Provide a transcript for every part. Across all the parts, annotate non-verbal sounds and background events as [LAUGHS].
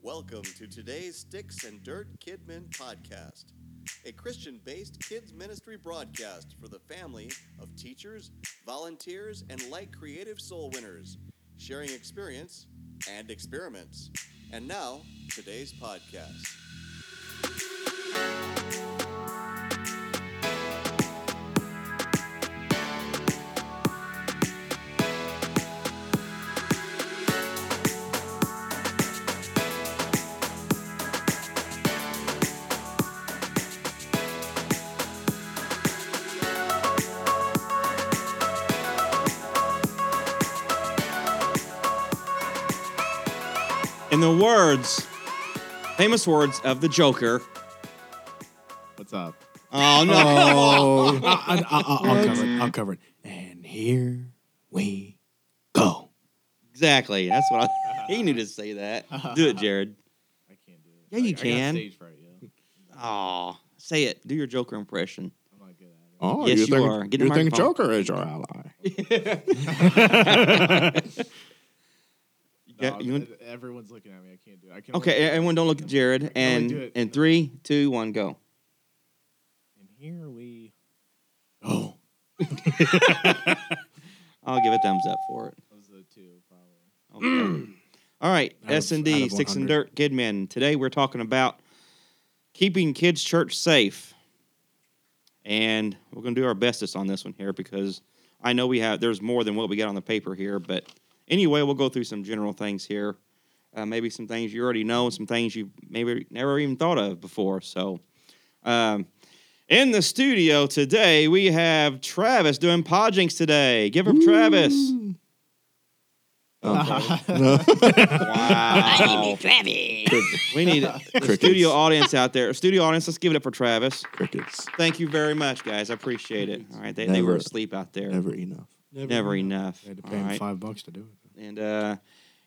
Welcome to today's Sticks and Dirt Kidmen podcast, a Christian based kids ministry broadcast for the family of teachers, volunteers, and like creative soul winners, sharing experience and experiments. And now, today's podcast. In the words, famous words of the Joker. What's up? Oh no! Oh, I, will cover it. I'll cover it. And here we go. [LAUGHS] Exactly. That's what I. He knew to say that. Do it, Jared. Uh-huh. I can't do it. Yeah, you I- I got can. stage fright, yeah. Aw, say it. Do your Joker impression. I'm not good at Oh, Yes, you, you think, are. Get a you think microphone. Joker is your ally? it. Oh. [LAUGHS] [LAUGHS] Yeah, No, you I'm- want- everyone's looking at me. I can't do it. I can okay, e-, only- everyone, don't look at I Jared. can only do And it and three, two, one, go. And here we. Oh, I'll give a thumbs up for it. Those are the two, probably. Okay. All right, Out of- S and out D, of Sticks and 100. Dirt Kidmen. Today we're talking about keeping kids' church safe, and we're going to do our bestest on this one here because I know we have there's more than what we got on the paper here. But anyway, we'll go through some general things here, uh, maybe some things you already know, and some things you maybe never even thought of before. So, um, in the studio today we have Travis doing podjinks today. Give him Travis. [LAUGHS] no. [LAUGHS] Wow. Travis. We need the Crickets. studio audience out there. Studio audience, let's give it up for Travis. Crickets. Thank you very much, guys. I appreciate it. All right, they, they were Never- asleep out there. Never, Never enough. enough. They had to All pay him right. five bucks to do it. And uh,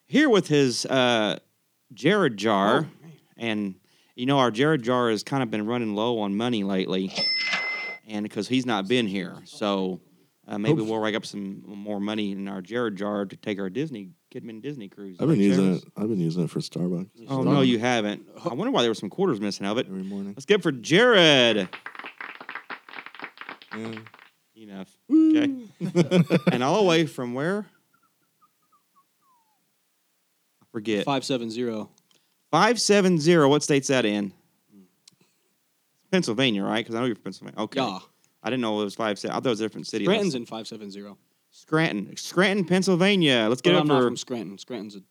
here with his uh, Jared Jar, and you know our Jared Jar has kind of been running low on money lately, and because he's not been here, so uh, maybe Oops. we'll rake up some more money in our Jared Jar to take our Disney Kidman Disney cruise. I've been Right, using Travis? it. I've been using it for Starbucks. Oh no, you haven't. I wonder why there were some quarters missing out of it. every morning. Let's get for Jared. Yeah. Enough. Okay. and all the way from where? I forget. Five seven zero. 570. What state's that in? Pennsylvania, right? Because I know you're from Pennsylvania. Okay. Yeah, I didn't know it was five. se- I thought it was a different city. Scranton's in five seven zero. Scranton. Scranton, Pennsylvania. Let's But get it I'm not for. Oh, from Scranton. Scranton's a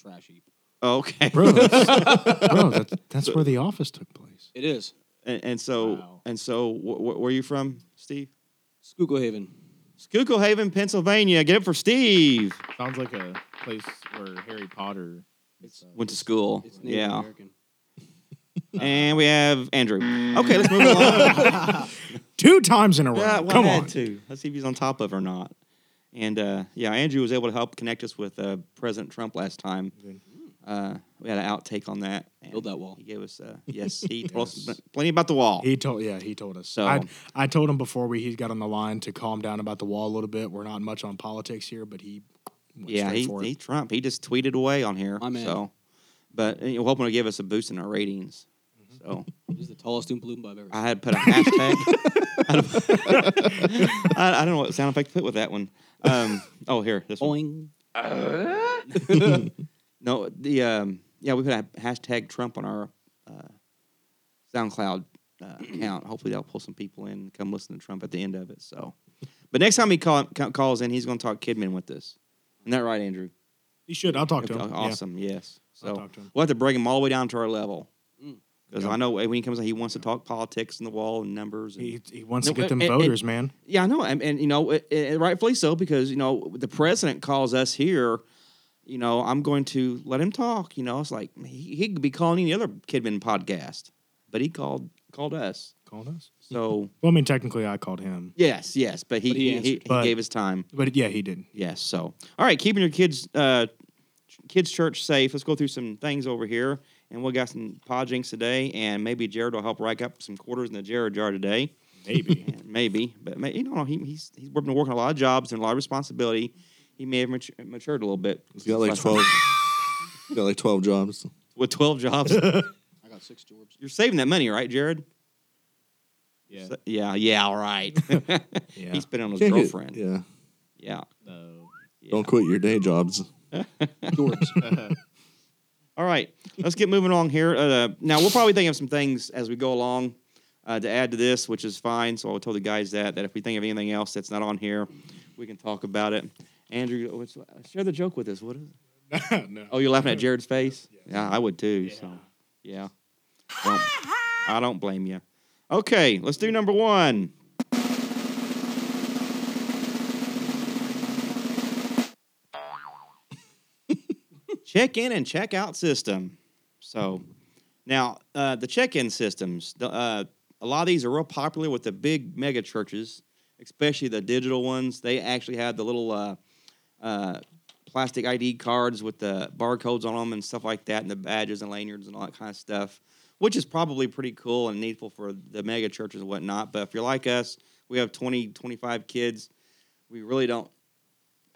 trash heap. Okay. [LAUGHS] Bro, that's, bro, that's, that's where the office took place. It is [LAUGHS] And, and so, Wow. and so, wh- wh- where are you from, Steve? Schuylkill Haven. Schuylkill Haven, Pennsylvania. Get it for Steve. Sounds like a place where Harry Potter. It's- uh, [LAUGHS] [LAUGHS] Went to school. It's Native yeah. American. And we have Andrew. Okay, [LAUGHS] let's move along. Two times in a row. yeah, well, Come I had on. to. Let's see if he's on top of or not. And uh, yeah, Andrew was able to help connect us with uh, President Trump last time. Uh, we had an outtake on that. and Build that wall. He gave us, uh, yes, [LAUGHS] he told us plenty about the wall. He told, yeah, he told us. So- I, I told him before we he got on the line to calm down about the wall a little bit. We're not much on politics here, but he went yeah, straight he, for he it. Trump. He just tweeted away on here. I'm in. So, but uh, you're hoping to give us a boost in our ratings. Mm-hmm. So He's the tallest Oompa Loompa I've ever I seen. had put a hashtag. [LAUGHS] I, I don't [LAUGHS] know what sound effect to put with that one. Um, oh, here, this one. Boing. No, the um, yeah, we put a hashtag Trump on our uh, SoundCloud [CLEARS THROAT] uh, account. Hopefully, that'll pull some people in and come listen to Trump at the end of it. So, but next time he call, ca- calls in, he's going to talk Kidman with us. Isn't that right, Andrew? He should. I'll talk to him. Awesome. Yes. I'll So talk to him. we'll have to bring him all the way down to our level Mm. because Yeah. I know when he comes, out, he wants to talk politics and the wall and numbers. Yeah. And, He, he wants No, to get them and- and- voters, man. yeah, I know, and, and you know, it, it, rightfully so, because you know the president calls us here. You know, I'm going to let him talk. You know, it's like he, he could be calling any other Kidman podcast, but he called called us. Calling us. So Well, I mean, technically, I called him, yes, yes, but he But he he, he, answered. he But- gave his time. but yeah, he did. Yes. So all right, keeping your kids uh, ch- kids church safe. Let's go through some things over here, and we'll got some podjinks today, and maybe Jared will help rack up some quarters in the Jared jar today. Maybe. Yeah, maybe, but may, you know, he, he's he's been working a lot of jobs and a lot of responsibility. He may have mature, matured a little bit. He's got like twelve. he's got like twelve jobs. [LAUGHS] with 12 jobs. I got six jobs. You're saving that money, right, Jared? Yeah. So- yeah, yeah, all right. Yeah. He's been on his Can't get- girlfriend. yeah. yeah. [LAUGHS] No. yeah. Don't quit your day jobs. [LAUGHS] Jobs. All right, let's get moving on here. Uh, now we'll probably think of some things as we go along uh, to add to this, which is fine. So I told the guys that that if we think of anything else that's not on here, we can talk about it. Andrew, what's, share the joke with us. What is it? no. Oh, you're laughing at Jared's face? Yeah, I would too. So, yeah. Don't- I don't blame you. Okay, let's do number one. [LAUGHS] check in and check out system. So, now uh, the check in systems, the, uh, a lot of these are real popular with the big mega churches, especially the digital ones. They actually have the little uh, uh, plastic ID cards with the barcodes on them and stuff like that, and the badges and lanyards and all that kind of stuff, which is probably pretty cool and needful for the mega churches and whatnot. But if you're like us, we have 20, 25 kids. We really don't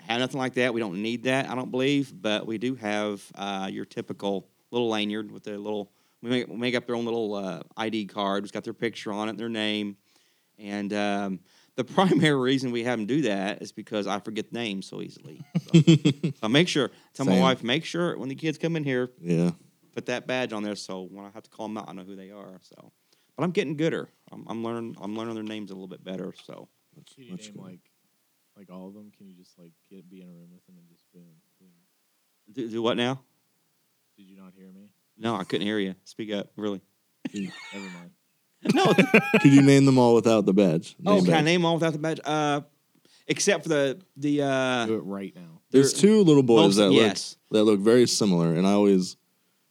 have nothing like that. We don't need that, I don't believe. But we do have uh, your typical little lanyard with their little, we make, we make up their own little uh, ID card. It's got their picture on it, their name. And um, the [LAUGHS] primary reason we have them do that is because I forget names so easily. So. So make sure, tell my Same. wife, make sure when the kids come in here, Yeah. put that badge on there so when I have to call them out, I know who they are. So, but I'm getting gooder. I'm, I'm learning. I'm learning their names a little bit better. So Can you Let's name go. like like all of them? Can you just like get be in a room with them and just boom, boom? do, do what now? Did you not hear [LAUGHS] me? No, I couldn't hear you. Speak up, [LAUGHS] really. Never mind. No. Could you name them all without the badge? oh, can I badge. name all without the badge? Uh, except for the the uh, Do it right now. There's they're- two little Most- boys that yes. look that look very similar, and I always,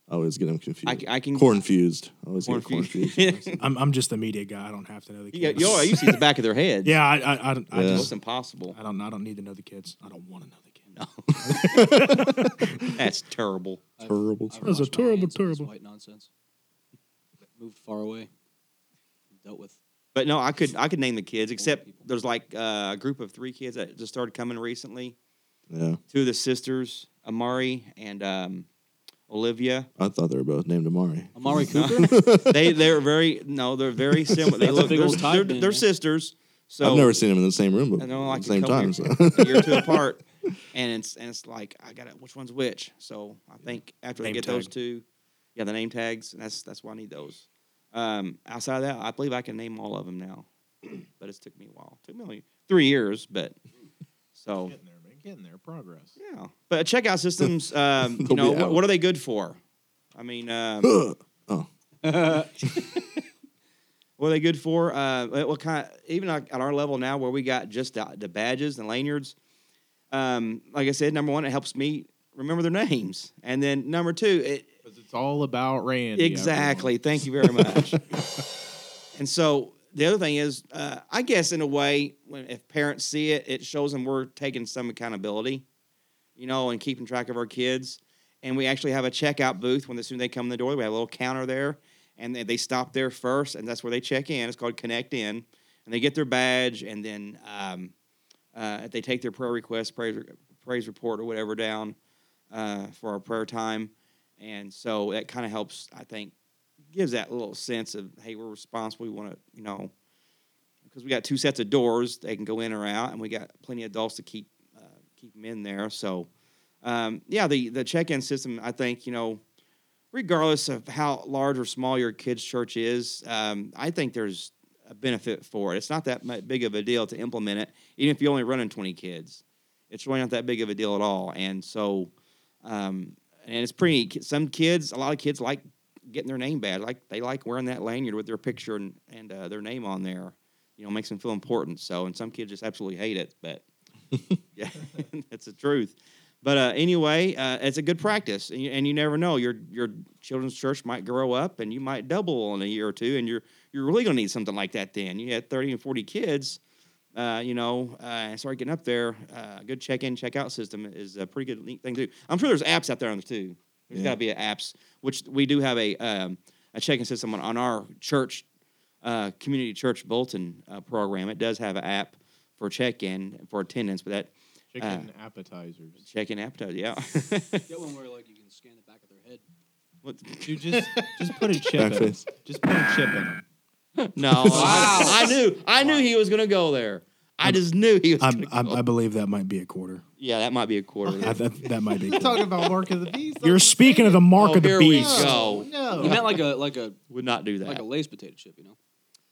I always get them confused. I, c- I can cornfused. I always get [LAUGHS] cornfused. you, I'm, I'm just the media guy. I don't have to know the you, kids. you always see the back of their head. yeah, I, I, I, don't- I Yeah. It's just impossible. I don't I don't need to know the kids. I don't want to know the kids. [LAUGHS] That's terrible. I've- Terrible. I've washed That's a my terrible, hands of this terrible. White nonsense. Moved far away. Dealt with. But no, I could I could name the kids. Except people. there's like uh, a group of three kids that just started coming recently. yeah, Two of the sisters, Amari and um, Olivia. I thought they were both named Amari. Amari [LAUGHS] No. Cooper. They they're very no, they're [LAUGHS] very similar. They That's a look big they're, old tie they're, bin, they're yeah. sisters. So I've never seen them in the same room, but and they're like at the same a couple time. year- so. a [LAUGHS] year or two apart. And it's and it's like I got to which one's which. So I think after I Name get those tag. two, yeah, the name tags. And that's that's why I need those. Um, outside of that, I believe I can name all of them now. But it's took me a while. took me only three years, but so Getting there, man. Getting there. Progress. yeah. But checkout [LAUGHS] systems, um, you They'll know, be what, out. what are they good for? I mean, um, [LAUGHS] what are they good for? Uh, what what kind? even like at our level now, where we got just the, the badges and lanyards. Um, like I said, number one, it helps me remember their names, and then number two, it Because it's all about Randy. exactly. everyone. Thank you very much. and so the other thing is, uh, I guess in a way, when if parents see it, it shows them we're taking some accountability, you know, and keeping track of our kids. And we actually have a checkout booth when as soon as they come in the door, we have a little counter there, and they, they stop there first, and that's where they check in. It's called Connect In, and they get their badge, and then um, uh, if they take their prayer request, praise, praise report, or whatever down uh, for our prayer time. And so that kind of helps, I think, gives that little sense of, hey, we're responsible. We want to, you know, because we got two sets of doors they can go in or out, and we got plenty of adults to keep uh, keep them in there. So, um, yeah, the the check in system, I think, you know, regardless of how large or small your kids' church is, um, I think there's a benefit for it. It's not that mu- big of a deal to implement it, even if you're only running 20 kids. It's really not that big of a deal at all. And so, um, and it's pretty. Some kids, a lot of kids like getting their name badge. Like they like wearing that lanyard with their picture and, and uh, their name on there. You know, makes them feel important. So, and some kids just absolutely hate it, but yeah, [LAUGHS] that's the truth. But uh, anyway, uh, it's a good practice, and you, and you never know your your children's church might grow up, and you might double in a year or two, and you're you're really gonna need something like that. Then you had thirty and forty kids, uh, you know, uh, and start getting up there. Uh, a good check in check out system is a pretty good neat thing to do. I'm sure there's apps out there on the too. There's Yeah. got to be apps, which we do have a um, a check in system on, on our church uh, community church bulletin uh, program. It does have an app for check in for attendance, but that Uh. Chicken appetizers. check in appetizer, yeah. [LAUGHS] Get one where like you can scan the back of their head. What? [LAUGHS] Dude, just just put [LAUGHS] a chip in. 'em. Backface. Just put a chip in him. No, I, I knew, I knew he was gonna go there. I just knew he was. [LAUGHS] I, gonna I, go. I believe that might be a quarter. yeah, that might be a quarter. I, that, that might be. A quarter. Talking about Mark of the Beast. You're speaking of the mark Oh, of the here we beast. go. No. You meant like a like a Would not do that. like a Lay's potato chip, you know?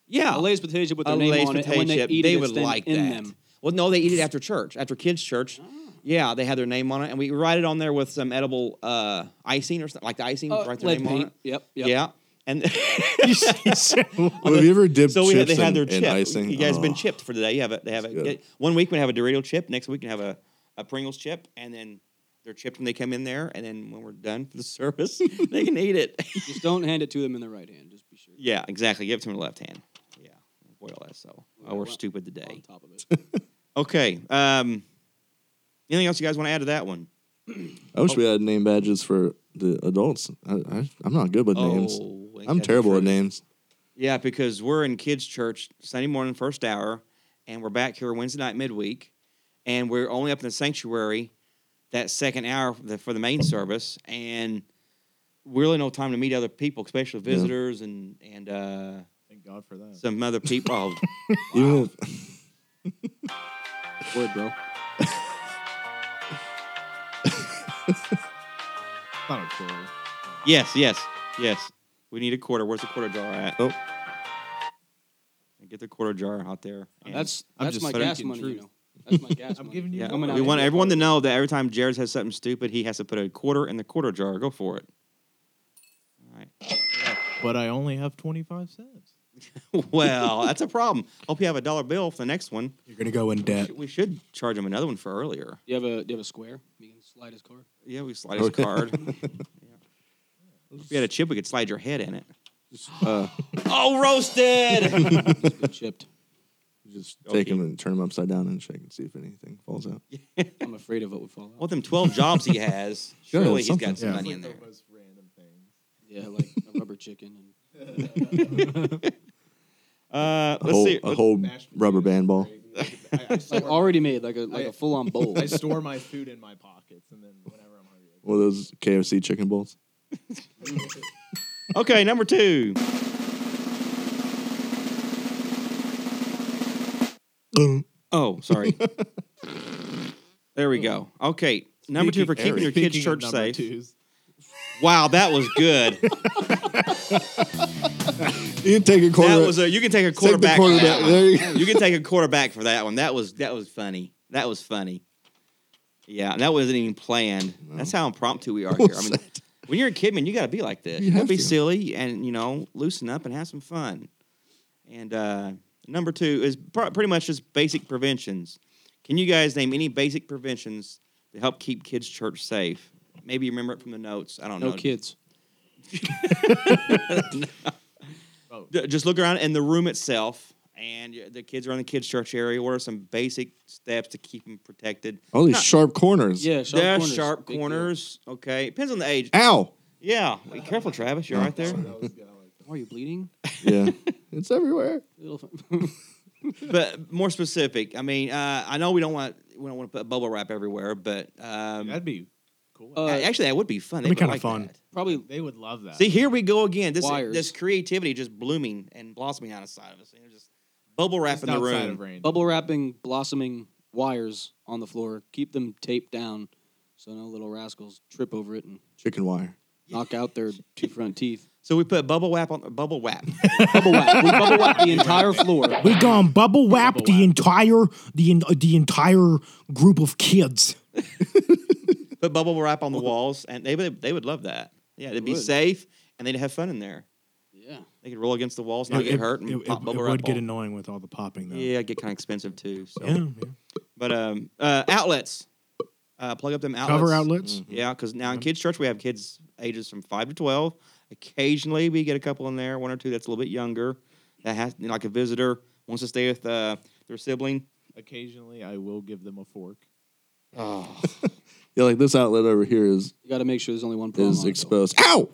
Yeah, A Lay's potato chip with their a name Lay's on it, and potato when they chip. eat it, they it's would then like in that. them. Well, no, they eat it after church, after kids' church. Yeah, they have their name on it, and we write it on there with some edible uh, icing or something like the icing. Uh, write their lead name on paint. it. Yep. Yep. Yeah, and [LAUGHS] Well, [LAUGHS] have you ever dipped so we had, chips they had in, their in chip. icing? You guys Oh. been chipped for today. You have a, they have That's a, good. one week we have a Dorito chip, next week we have a, a Pringles chip, and then they're chipped when they come in there, and then when we're done for the [LAUGHS] service, they can eat it. [LAUGHS] Just don't hand it to them in the right hand. Just be sure. yeah, exactly. Give it to them in the left hand. Yeah, boil that. So Yeah, oh, we're well, stupid On today. top of [LAUGHS] it. Okay. Um, anything else you guys want to add to that one? Oh. I wish we had name badges for the adults. I, I, I'm not good with names. ain't I'm that the terrible at truth. names. Yeah, because we're in kids' church Sunday morning, first hour, and we're back here Wednesday night midweek, and we're only up in the sanctuary that second hour for the, for the main service, and we really no time to meet other people, especially visitors and and uh, Thank God for that. some other people. Oh, Even if, [LAUGHS] Word, bro. It's not a quarter. yes, yes, yes. We need a quarter. Where's the quarter jar at? Oh. Get the quarter jar out there. and- That's I'm that's just my gas speaking money. You truth. know. That's my gas I'm money. giving you Yeah, money. Coming out we of want your everyone to pocket. know that every time Jared has something stupid, he has to put a quarter in the quarter jar. Go for it. All right. [LAUGHS] But I only have 25 cents. Well, that's a problem. Hope you have a dollar bill for the next one. You're gonna go in debt. We should charge him another one for earlier. Do you have a do you have a square? You can slide his car. Yeah, we slide his card. [LAUGHS] yeah. If you had a chip, we could slide your head in it. [LAUGHS] uh, Oh, roasted! It's been chipped. just Okay. take them and turn them upside down and shake and see if anything falls out. I'm afraid of what would fall [LAUGHS] out. With them twelve jobs he has, Gotta have surely he's got something. some Yeah. money in there. most random things. Yeah, like a rubber chicken. And Uh, A let's whole, see. a Oh, whole rubber band ball. [LAUGHS] I, like already made, like a like a I- full on [LAUGHS] bowl. I store my food in my pockets, and then whenever I'm hungry, One of those KFC chicken bowls. Okay, number two. Oh, [LAUGHS] sorry. there we go. Okay, number two for keeping your kids' church safe. Wow, that was good. You can take a quarter. that was a. You can take a take the quarterback. for that quarterback. one. There you go. You can take a quarterback for that one. That was that was funny. That was funny. Yeah, and that wasn't even planned. That's how impromptu we are here. I mean, when you're a kid, man, you got to be like this. You You, got to have be to. silly and you know loosen up and have some fun. And uh, number two is pr- pretty much just basic preventions. Can you guys name any basic preventions to help keep kids' church safe? Maybe you remember it from the notes. I don't No know. kids. [LAUGHS] D- just look around in the room itself, and y- the kids are in the kids' church area. What are some basic steps to keep them protected? All these Not- sharp corners. Yeah, sharp They're corners. sharp Big deal. corners. Okay, depends on the age. [LAUGHS] Ow. Yeah, Be careful, Travis. You're right there. Oh, are you bleeding? Yeah. it's everywhere. Little But more specific, I mean, uh, I know we don't want we don't want to put bubble wrap everywhere, but um, that'd be cool. Uh, a- actually that would be fun. That'd They be would kinda like fun. that. [LAUGHS] probably they would love that. See, here we go again. This Wires. this creativity just blooming and blossoming out inside of us. You know, just bubble wrap Just in the outside room. of random. bubble wrapping blossoming wires on the floor. Keep them taped down so no little rascals trip over it and Chicken wire. knock out their two front teeth. So we put bubble wrap on bubble wrap. Bubble wrap. We bubble wrap the entire floor. We gone bubble wrap Bubble the wrap. entire the en- uh, the entire group of kids. put bubble wrap on the walls, and they would they would love that. Yeah, it'd be would. safe, and they'd have fun in there. Yeah. They could roll against the walls, not It- get it- hurt, and it, pop it- bubble it wrap. would get all- annoying with all the popping though. yeah, it'd get kind of expensive too. So, Yeah, yeah. but um, uh, outlets, uh, plug up them outlets. Mm-hmm. Cover [LAUGHS] outlets. Yeah, because now in kids' church we have kids ages from five to twelve. Occasionally we get a couple in there, one or two that's a little bit younger that has you know, like a visitor wants to stay with uh, their sibling. Occasionally, I will give them a fork. Yeah, like this outlet over here is You got to make sure there's only one problem. is on it, though. exposed. Ow.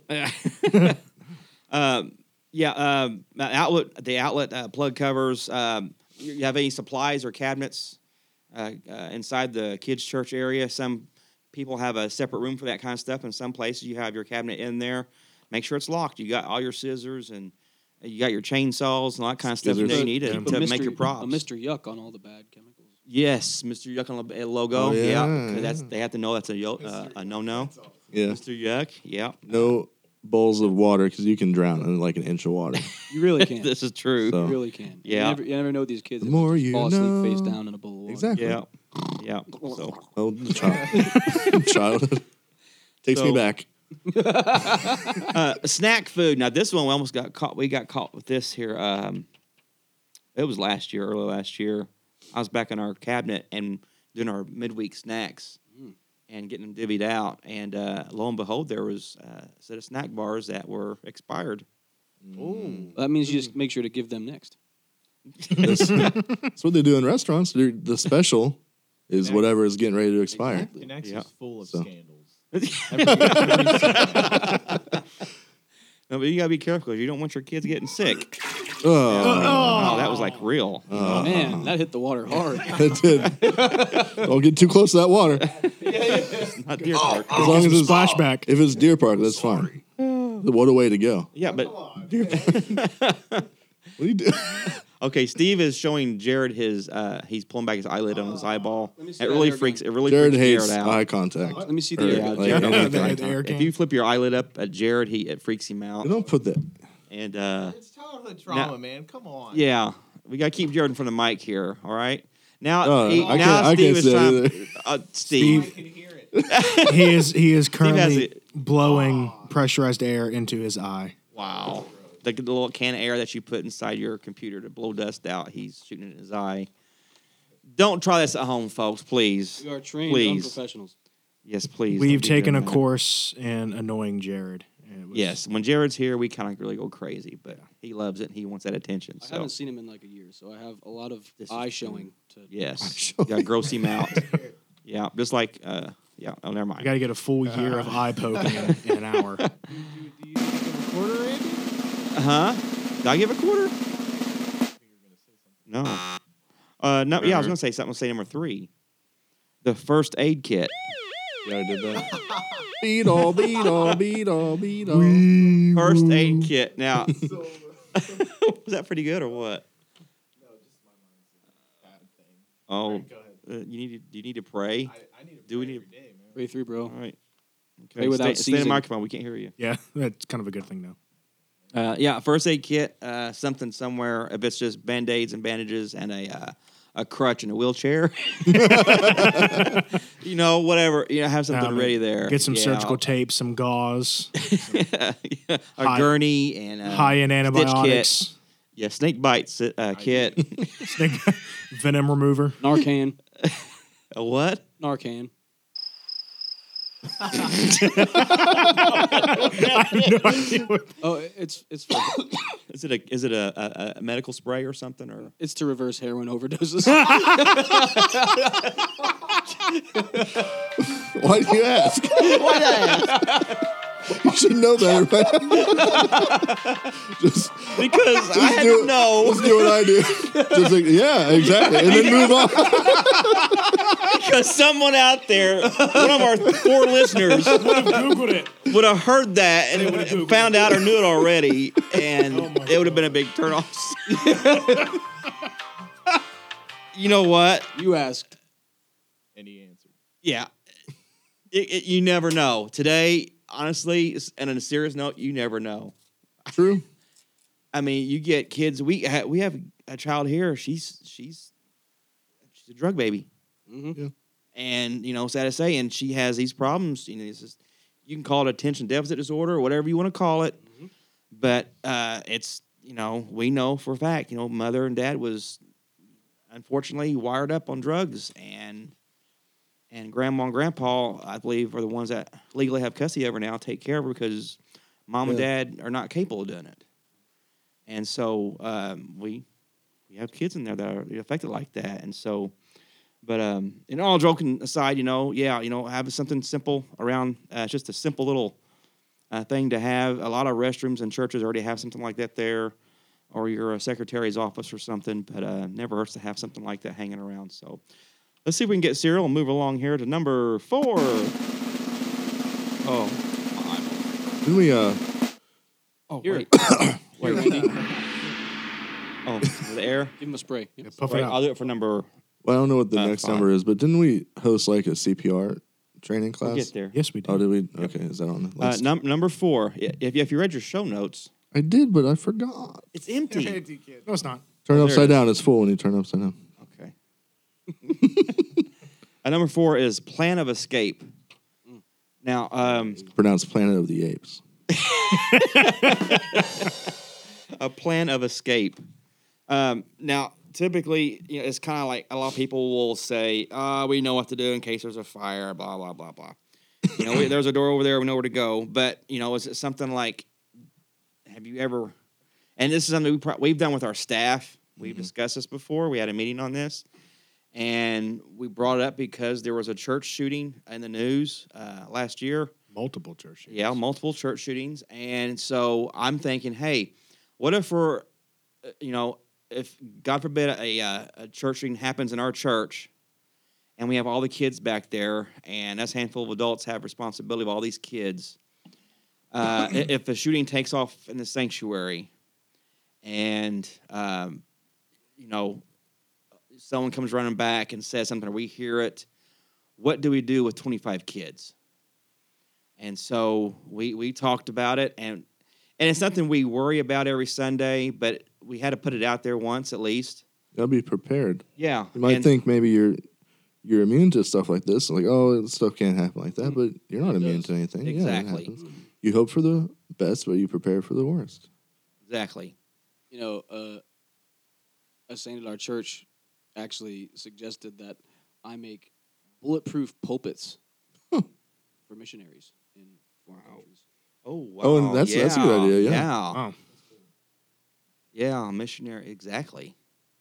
Um, yeah, um, the outlet the outlet uh, plug covers. Um, you you have any supplies or cabinets uh, uh, inside the kids' church area? Some people have a separate room for that kind of stuff, and some places you have your cabinet in there. Make sure it's locked. You got all your scissors and uh, you got your chainsaws and all that kind of stuff that Scissors. you need to, Keep to mystery, make your props. A Mr. Yuck on all the bad chemicals. Yes, Mr. Yuck on the logo. Oh, yeah, yeah, 'cause yeah. that's they have to know that's a yo, uh, a no no. Yeah. Mr. Yuck. Yeah, No bowls of water because you can drown in like an inch of [LAUGHS] water. You [LAUGHS] really can. this is true. So- You really can. Yeah. You never, you never know these kids. The that more just you fall asleep face know. down in a bowl of water. Exactly. Yeah, yeah. So Oh, [LAUGHS] the child. [LAUGHS] childhood. Takes me So- back. uh, snack food. Now this one we almost got caught. We got caught with this here. Um, it was last year, early last year. I was back in our cabinet and doing our midweek snacks Mm. and getting them divvied out. And uh, lo and behold, there was uh, a set of snack bars that were expired. Ooh. That means you Mm. just make sure to give them next. That's, that's what they do in restaurants. They're- The special is Yeah. whatever is getting ready to expire. Exactly. Connects Yeah. is full of So. scandals. [LAUGHS] No, but you gotta be careful 'cause you don't want your kids getting sick. Oh, Oh, that was like real. [LAUGHS] Oh, man, that hit the water hard. That's it. [LAUGHS] Don't get too close to that water. As Not deer park. long as it's Splashback. If it's Deer Park, that's fine. What a way to go. Yeah, but What do you [LAUGHS] do? okay. Steve is showing Jared his. Uh, he's pulling back his eyelid on his eyeball. Oh. Let me see It that really hair freaks. It really Jared freaks hates Jared out. eye contact. Let me see Or, the air. like, gun. Jared- anything. Jared- The air if can. you flip your eyelid up at Jared, he it freaks him out. You don't put that. And uh, It's childhood trauma, man. Come on. yeah, we gotta keep Jared in front of Mike here. All right. Now, No, he- Uh, I can't- now I Steve can't is see that trying. Uh, I Steve, can hear it. he is he is has currently it. blowing Ah. pressurized air into his eye. wow, the, the little can of air that you put inside your computer to blow dust out, he's shooting it in his eye. Don't try this at home, folks. Please, We are trained Please. unprofessionals. yes, please. don't We've be taken a doing that. course in annoying Jared. and it was- Yes, when Jared's here, we kind of really go crazy, but he loves it. and He wants that attention. I So haven't seen him in like a year, so I have a lot of This is eye true. showing. To yes, you gotta gross him out. yeah, just like uh, yeah. Oh, never I mind. got to get a full [LAUGHS] year of eye poking in, in an hour. [LAUGHS] Huh? Uh-huh. Did I give a quarter? No. Uh, no. Yeah, I was gonna say something. I'll Say number three, the first aid kit. You already did that. [LAUGHS] Beat all, beat all, beat all, beat all. First [LAUGHS] aid kit. Now, [LAUGHS] was that pretty good or what? Oh, Go ahead. uh, you need to, do you need to pray? I, I need to Do we pray need- every day, man. Ray three, bro. All right. Pray without stay, stay in the ceasing. microphone. We can't hear you. Yeah, [LAUGHS] that's kind of a good thing though. Uh, yeah, first aid kit, uh, something somewhere. If it's just band aids and bandages and a uh, a crutch and a wheelchair, [LAUGHS] you know, whatever. You know, have something Nah, man. ready there. Get some Yeah. [LAUGHS] surgical tape, some gauze, Yeah. a High- gurney and a high end stitch Kit. antibiotics, Yeah, snake bites uh, kit. [LAUGHS] snake [LAUGHS] venom remover. Narcan. a what? Narcan. Oh, it's it's for, Is it a is it a, a, a medical spray or something or? it's to reverse heroin overdoses. Why do [LAUGHS] you ask? Why [LAUGHS] you should know better, man. [LAUGHS] just, Because I had do to it. know. just do what [LAUGHS] I do. Just like, yeah, exactly. And then move on. [LAUGHS] Because someone out there, one of our four listeners, Googled it. would have heard that and found out or knew it [LAUGHS] Oh already, and it would have been a big [LAUGHS] turnoff. you know what? you asked. And he answered. Yeah, it, it- you never know. Today, honestly, s- and on a serious note, you never know. True. I mean, you get kids. We ha- we have a child here. She's she's she's a drug baby. Mhm. Yeah. And you know, sad to say, and she has these problems. You know, it's just, you can call it attention deficit disorder or whatever you want to call it, but uh, it's you know we know for a fact. You know, mother and dad was unfortunately wired up on drugs, and and grandma and grandpa, I believe, are the ones that legally have custody of her now. Take care of her because mom and dad are not capable of doing it. And so um, we we have kids in there that are affected like that. And so, but um, and all joking aside, you know, yeah, you know, have something simple around. Uh, just a simple little uh, thing to have. A lot of restrooms and churches already have something like that there, or your uh, secretary's office or something. But uh, never hurts to have something like that hanging around. So. Let's see if we can get Cyril and move along here to number four. Oh, Didn't we uh Oh, You're- wait. Wait, Randy. oh, the air. Give him a spray. Yeah, Yep. puff Wait, it out. I'll do it for number. Well, I don't know what the Uh, next fine. number is, but didn't we host like a CPR training class? We'll get there. Yes, we did. Oh, did we? Okay, is that on the Uh, list? num- number four. i- If, if you read your show notes, I did, but I forgot. it's empty. No, it's not. Oh, Turn there it upside is. down. It's full when you turn upside down. Okay. [LAUGHS] uh, number four is plan of escape. Now, um, Pronounced Planet of the Apes. a plan of escape. Um, now, typically, you know, it's kind of like a lot of people will say, uh, "We know what to do in case there's a fire." Blah blah blah blah. You know, we, there's a door over there. We know where to go. But you know, is it something like, have you ever? And this is something we pro- we've done with our staff. We've discussed this before. We had a meeting on this, and we brought it up because there was a church shooting in the news uh, last year. Multiple churches. Yeah, multiple church shootings. And so I'm thinking, hey, what if we're, uh, you know, if God forbid a, uh, a church shooting happens in our church and we have all the kids back there and us handful of adults have responsibility of all these kids, uh, i- if the shooting takes off in the sanctuary and, um, you know, someone comes running back and says something or we hear it, what do we do with 25 kids? And so we we talked about it and and it's nothing we worry about every Sunday, but we had to put it out there once at least. Gotta be prepared. Yeah. You might and- think maybe you're you're immune to stuff like this, like oh, stuff can't happen like that, but you're not immune to anything. Yeah, it Mm-hmm. Exactly. happens. you hope for the best, but you prepare for the worst. exactly. you know, uh, a saint at our church actually suggested that I make bulletproof pulpits for missionaries in foreign Wow. countries. Oh wow. Oh, and that's- that's a good idea, yeah. Yeah. Wow. Yeah, missionary exactly.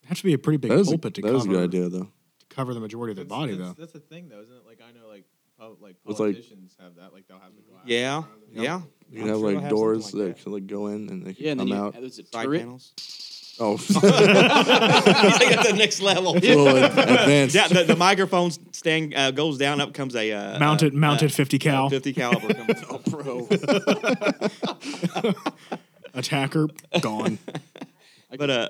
Has to be a pretty big That is a, pulpit to that is a cover, good idea, though. to cover the majority of their body, that's, though. That's the thing, though, isn't it? Like I know, like pol- like With, like- politicians have that. Like they'll have to go out. Yeah. [LAUGHS] Yeah. You I'm sure have they'll like have doors something that, like can like go in and they can Yeah, and then come you, out. there's a Side turret. panels. [LAUGHS] Oh, [LAUGHS] it's He's like at the next level. a little advanced. Yeah, the, the microphone stand uh, goes down. Up comes a uh, Mounted, uh, mounted 50 cal fifty caliber. [LAUGHS] Comes up. [LAUGHS] attacker gone. I But could, uh,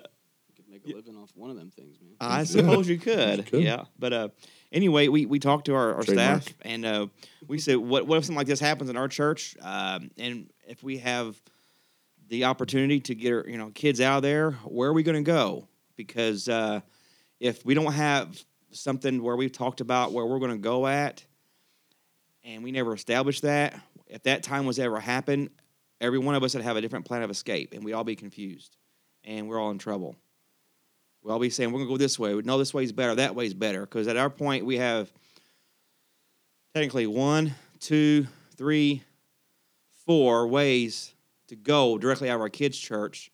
could make a living off one of them things, man. [LAUGHS] I suppose you could. could. Yeah. But uh, anyway, we, we talked to our, our Trademark. staff and uh, we said, what, what if something like this happens in our church? Um, and if we have the opportunity to get our, you know kids out of there, where are we going to go? Because uh, if we don't have something where we've talked about where we're going to go at, and we never established that, if that time was to ever happen, every one of us would have a different plan of escape, and we'd all be confused, and we're all in trouble. We'll all be saying we're gonna go this way. No, this way's better. That way's better. Because at our point, we have technically one, two, three, four ways to go directly out of our kids' church,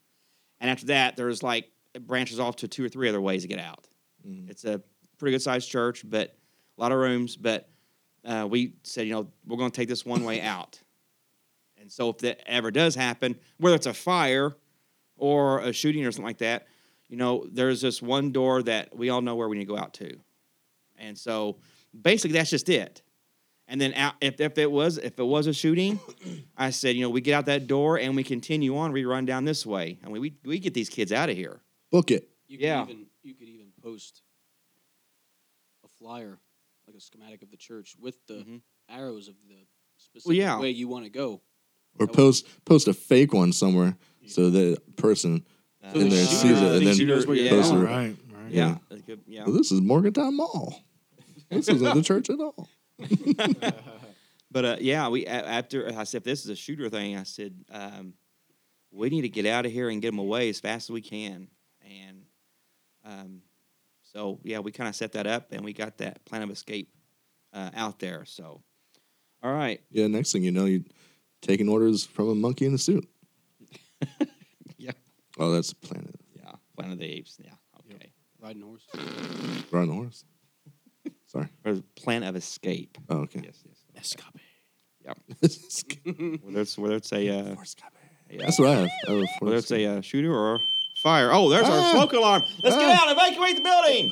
and after that, there's like it branches off to two or three other ways to get out. Mhm. It's a pretty good sized church, but a lot of rooms. But uh, we said, you know, we're gonna take this one way out. And so, if that ever does happen, whether it's a fire or a shooting or something like that, you know, there's this one door that we all know where we need to go out to. And so basically that's just it. And then out, if, if it was if it was a shooting, I said, you know, we get out that door and we continue on, we run down this way. And we we, we get these kids out of here. Book it. You Yeah. Could even, you could even post a flyer, like a schematic of the church, with the Mhm. arrows of the specific yeah. way you want to go. Or That would- post post a fake one somewhere so that person So in the there Uh, shooter- sees it the and then shooter knows where you're posts going. it. right, right. Yeah. Yeah. Well, this is Morgantown Mall. This [LAUGHS] isn't the church at all. But uh, yeah, we a- after I said if this is a shooter thing, I said um, we need to get out of here and get them away as fast as we can. And um, so yeah, we kind of set that up and we got that plan of escape uh, out there. So all right, Yeah, next thing you know, you're taking orders from a monkey in a suit. Yeah. Oh, that's Planet. yeah, Planet of the Apes. Yeah, okay. Riding [LAUGHS] a horse. We're on the horse. Sorry. Or plan of escape. Oh, okay. [LAUGHS] Yes, yes. Escape. Whether it's whether it's a uh, yeah. that's what I have. Oh, I have a whether force. [LAUGHS] it's a uh, shooter or fire. Oh, there's our smoke alarm. Let's get out and evacuate the building.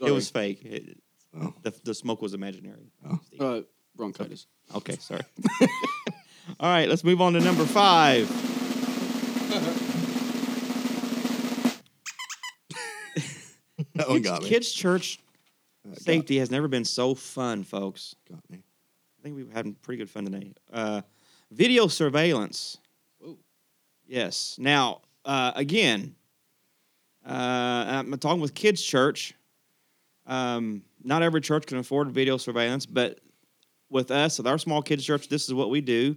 it was fake. It- Oh. the, the smoke was imaginary. Steve. Uh, bronchitis. Oh. Okay, sorry. [LAUGHS] All right, let's move on to number five. That one Kids, got me. kids' church That got- safety has never been so fun, folks. got me. I think we've had pretty good fun today. Uh, video surveillance. Whoa. Yes. Now, uh, again, uh, I'm talking with kids' church. Um, not every church can afford video surveillance, but with us, with our small kids' church, this is what we do.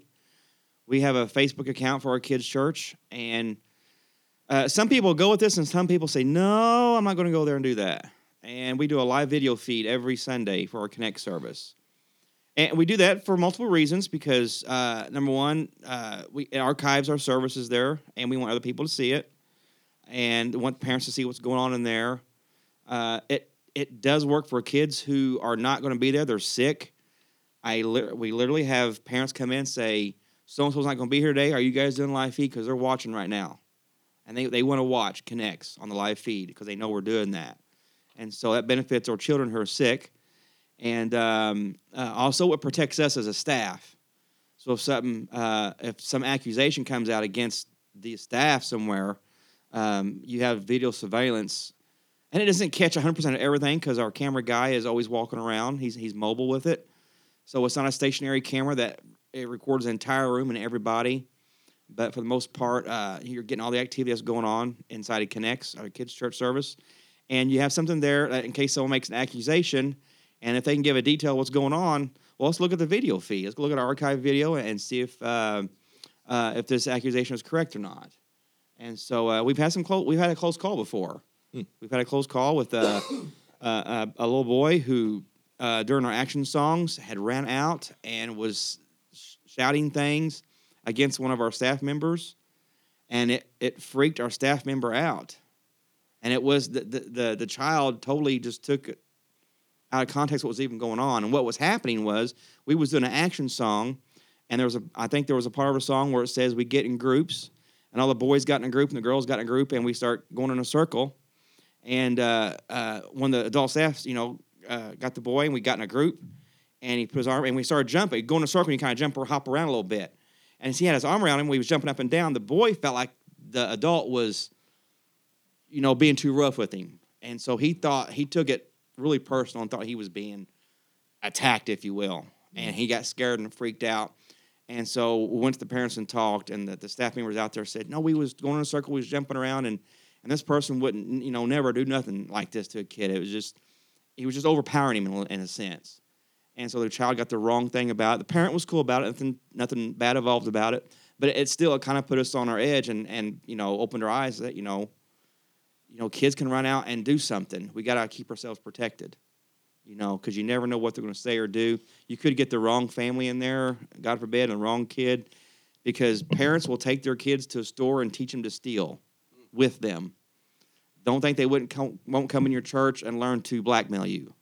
We have a Facebook account for our kids' church, and uh, some people go with this, and some people say, "No, I'm not going to go there and do that." And we do a live video feed every Sunday for our Connect service. And we do that for multiple reasons because uh, number one, uh, we it archives our services there, and we want other people to see it, and want parents to see what's going on in there. Uh, it it does work for kids who are not going to be there; they're sick. I lit we literally have parents come in and say, "So and so's not going to be here today. Are you guys doing live feed? Because they're watching right now, and they they want to watch connects on the live feed because they know we're doing that, and so that benefits our children who are sick." and um, uh, also it protects us as a staff. So if something, uh, if some accusation comes out against the staff somewhere, um, you have video surveillance, and it doesn't catch 100 percent of everything because our camera guy is always walking around. He's he's mobile with it, so it's not a stationary camera that it records the entire room and everybody. But for the most part, uh, you're getting all the activity that's going on inside of Connects, our kids' church service, and you have something there that in case someone makes an accusation. And if they can give a detail of what's going on, well, let's look at the video feed. Let's look at our archive video and see if uh, uh, if this accusation is correct or not. And so uh, we've had some close. We've had a close call before. We've had a close call with uh, [COUGHS] uh, uh, a little boy who, uh, during our action songs, had ran out and was sh- shouting things against one of our staff members, and it it freaked our staff member out. And it was the the the, the child totally just took out of context what was even going on. And what was happening was we was doing an action song, and there was a I think there was a part of a song where it says we get in groups, and all the boys got in a group and the girls got in a group, and we start going in a circle. And uh, uh, one of the adult staffs, you know, uh, got the boy, and we got in a group, and he put his arm, and we started jumping, going in a circle, and you kind of jump or hop around a little bit. And as he had his arm around him, we was jumping up and down. The boy felt like the adult was, you know, being too rough with him, and so he thought he took it really personal and thought he was being attacked, if you will. And he got scared and freaked out. And so we went to the parents and talked, and the, the staff members out there said, "No, we was going in a circle, we was jumping around, and and this person wouldn't, you know, never do nothing like this to a kid. It was just, he was just overpowering him in, a- in a sense. And so the child got the wrong thing about it. The parent was cool about it, nothing, nothing bad evolved about it, but it, it still kind of put us on our edge and and you know opened our eyes that you know you know, kids can run out and do something. We got to keep ourselves protected, you know, because you never know what they're going to say or do. You could get the wrong family in there, God forbid, and the wrong kid, because parents will take their kids to a store and teach them to steal with them. Don't think they wouldn't come, won't come in your church and learn to blackmail you.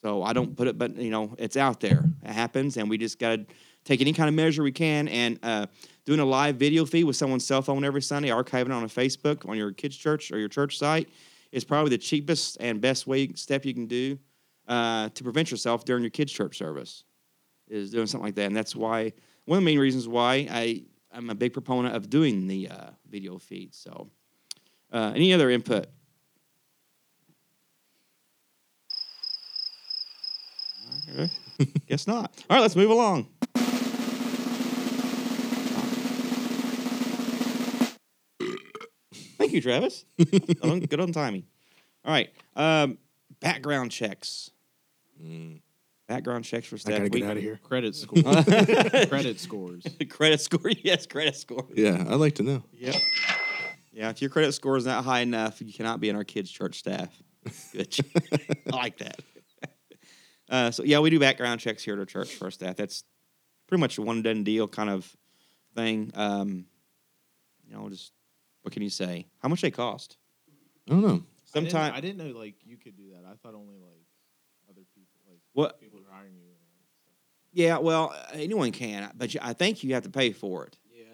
So I don't put it, but you know, it's out there. It happens, and we just got to take any kind of measure we can. And uh, doing a live video feed with someone's cell phone every Sunday, archiving it on a Facebook on your kids' church or your church site is probably the cheapest and best way step you can do uh, to prevent yourself during your kids' church service. Is doing something like that, and that's why one of the main reasons why I I'm a big proponent of doing the uh, video feed. So, uh, any other input? Okay. [LAUGHS] Guess not. All right, let's move along. Thank you, Travis. Good on- Good on timing. All right. Um, background checks. Background checks for Mm. I staff. gotta We- get out of here. [LAUGHS] Credit scores. Credit scores. credit score. [LAUGHS] Yes, credit score. Yeah, I'd like to know. Yeah, if your credit score is not high enough, you cannot be on our kids' church staff. [LAUGHS] Good. I like that. Uh, so yeah, we do background checks here at our church for our staff. That's pretty much a one and done deal kind of thing. Um, you know, just what can you say? How much they cost? I don't know. Sometimes I didn't, I didn't know like you could do that. I thought only like other people, like What- people who are hiring you. and all that stuff. Yeah, well, anyone can, but you, I think you have to pay for it. Yeah,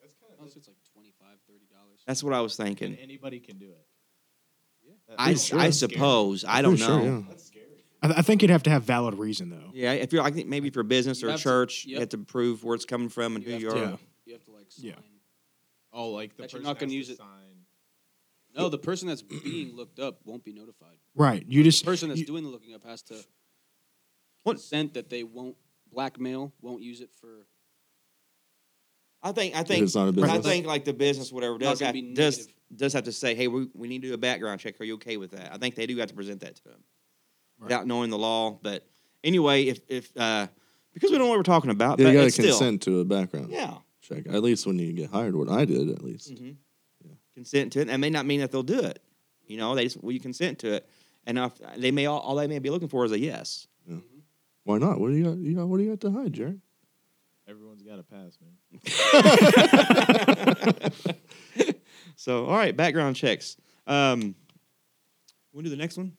That's kind unless it's like $25, $30. That's what I was and thinking. anybody can do it. Yeah. That- I, that's I scary. suppose. I don't know. Pretty sure, yeah. That's scary. I, th- I think you'd have to have valid reason though. Yeah, if you're, I think maybe if you're a business You or a have to- church, you yep. have to prove where it's coming from and You who have you to- are. Yeah. You have to like sign. Yeah. Oh, like the That you're person not gonna has use it. sign. No, the person that's being looked up won't be notified. Right. You just The person that's you- doing the looking up has to What- consent that they won't blackmail, won't use it for. I think I If think it's not a I business. think like the business whatever Not does gonna have, be does negative. does have to say, hey, we, we need to do a background check. Are you okay with that? I think they do have to present that to them without knowing the law. But anyway, if if uh, because we don't know what we're talking about, Yeah, but you got it's to still- consent to a background yeah, check. At least when you get hired, what I did, at least. Mm-hmm. hmm consent to it. That may not mean that they'll do it. You know, they just will you consent to it, and if, they may all, all they may be looking for is a yes. Why not? What do you got? You got what do you got to hide, Jared? Everyone's got a pass, man. So all right, background checks. Um, we do the next one.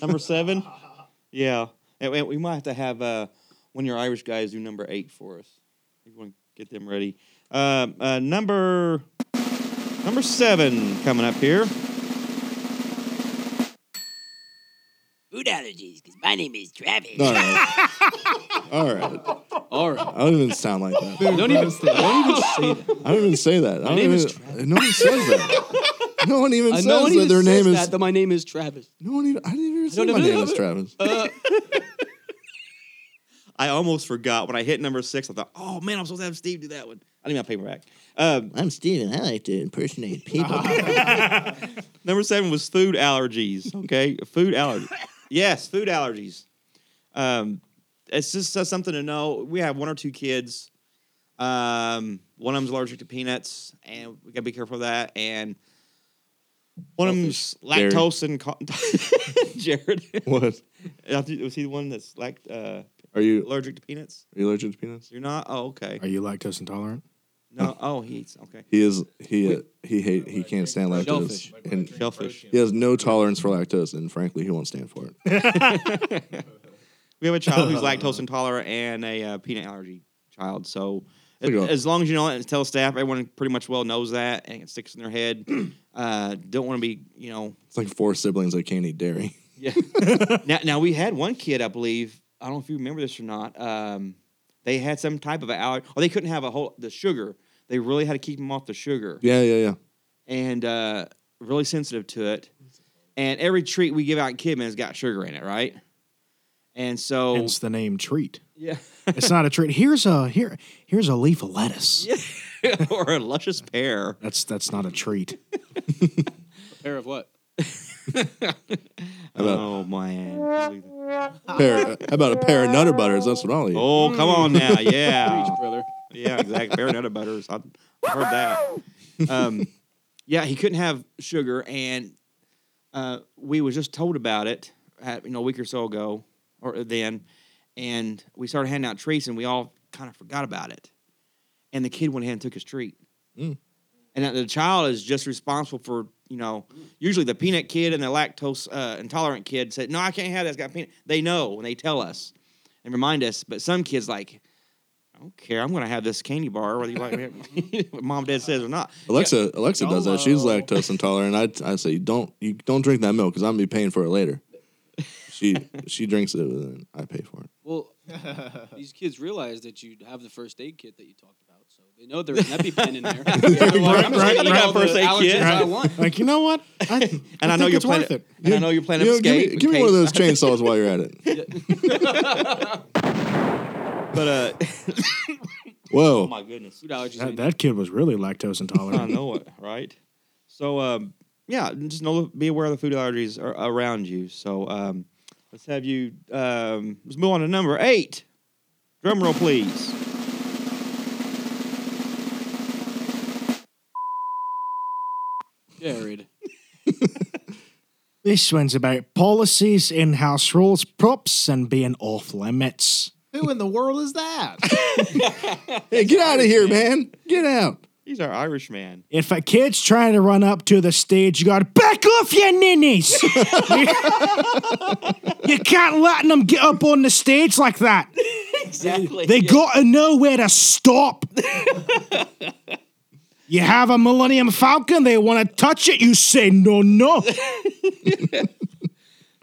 number seven. Yeah, and we- we might have to have uh, one of your Irish guys do number eight for us. If you want to get them ready. Um uh, number number seven coming up here. food allergies because my name is Travis. All right. [LAUGHS] All right. All right. I don't even sound like that. Don't even, don't [LAUGHS] even say that. I don't even say that. I don't name even, is no one says that. No one even [LAUGHS] Uh, says no one that even their says name is. that, that my name is Travis. [LAUGHS] no one even. I didn't even say my don't know. name is Travis. Uh, I almost forgot when I hit number six. I thought, oh man, I'm supposed to have Steve do that one. I need my paper back. Um, I'm Steven. I like to impersonate people. Number seven was food allergies. Okay, food allergies. Yes, food allergies. Um, it's just uh, something to know. We have one or two kids. Um, one of them's allergic to peanuts, and we gotta be careful of that. And one of them's Dairy. lactose and co- [LAUGHS] Jared. [LAUGHS] what? I think- Was he the one that's lact uh, Are you? Are allergic to peanuts? you allergic to peanuts? You're not. Oh, okay. Are you lactose intolerant? No. Oh, he eats. Okay. He is. He uh, he hate. He can't stand lactose. Shellfish. Like when I And drink Shellfish. he protein, has no tolerance for lactose, and frankly, he won't stand for it. We have a child who's lactose intolerant and a uh, peanut allergy child. So Look it up. as long as you know it and tell staff, everyone pretty much well knows that and it sticks in their head. uh, don't want to be, you know. It's like four siblings that can't eat dairy. [LAUGHS] Yeah. now, now we had one kid, I believe. I don't know if you remember this or not. Um, they had some type of allergy, or they couldn't have a whole the sugar. They really had to keep them off the sugar Yeah, yeah, yeah. and uh, really sensitive to it. And every treat we give out in Kidman has got sugar in it, right? And so, [LAUGHS] Hence the name treat. yeah. It's not a treat. Here's a here here's a leaf of lettuce. or a luscious pear. That's that's not a treat. A pair of what? about- oh man. Pear, how about a pair of Nutter Butters? That's what I'll eat. Oh, come on now. [LAUGHS] Yeah. Preach, brother. yeah, exactly. Bear nut butters. I I heard that. Um, yeah, he couldn't have sugar, and uh, we was just told about it, at, you know, a week or so ago, or then, and we started handing out treats, and we all kind of forgot about it, and the kid went ahead and took his treat, Mm. and the child is just responsible for, you know, usually the peanut kid and the lactose uh, intolerant kid said, no, I can't have that. It's got peanut. They know when they tell us and remind us, but some kids like. I don't care. I'm going to have this candy bar, whether you like [LAUGHS] it, what mom, dad says or not. Alexa, Alexa does that. She's lactose intolerant. I, I say, don't you don't drink that milk because I'm gonna be paying for it later. [LAUGHS] She she drinks it and I pay for it. Well, these kids realize that you have the first aid kit that you talked about, so they know there's an EpiPen in there. [LAUGHS] They're like, I'm just right, gonna eat right. all the First aid allergens kit. I want. Like you know what? I, [LAUGHS] and And I, know think you're it's planning. worth it. And I know you're planning You know, give escape. me, give me one of those chainsaws while you're [LAUGHS] at Oh it. But uh, oh Whoa, my goodness, Food allergies. That, that kid was really lactose uh, [LAUGHS] I intolerant. know it, right? So um, yeah, just know be aware of the food allergies are around you. So um, let's have you. Um, let's move on to number eight. Drum roll, please. Jared. this one's about policies, in-house rules, props, and being off limits. Who in the world is [LAUGHS] that? hey, get out of here, man! Get out. He's our Irish man. If a kid's trying to run up to the stage, you gotta back off, you [LAUGHS] ninnies! you, you can't let them get up on the stage like that. Exactly. They gotta know where to stop. You have a Millennium Falcon, they want to touch it, you say [LAUGHS] no, no.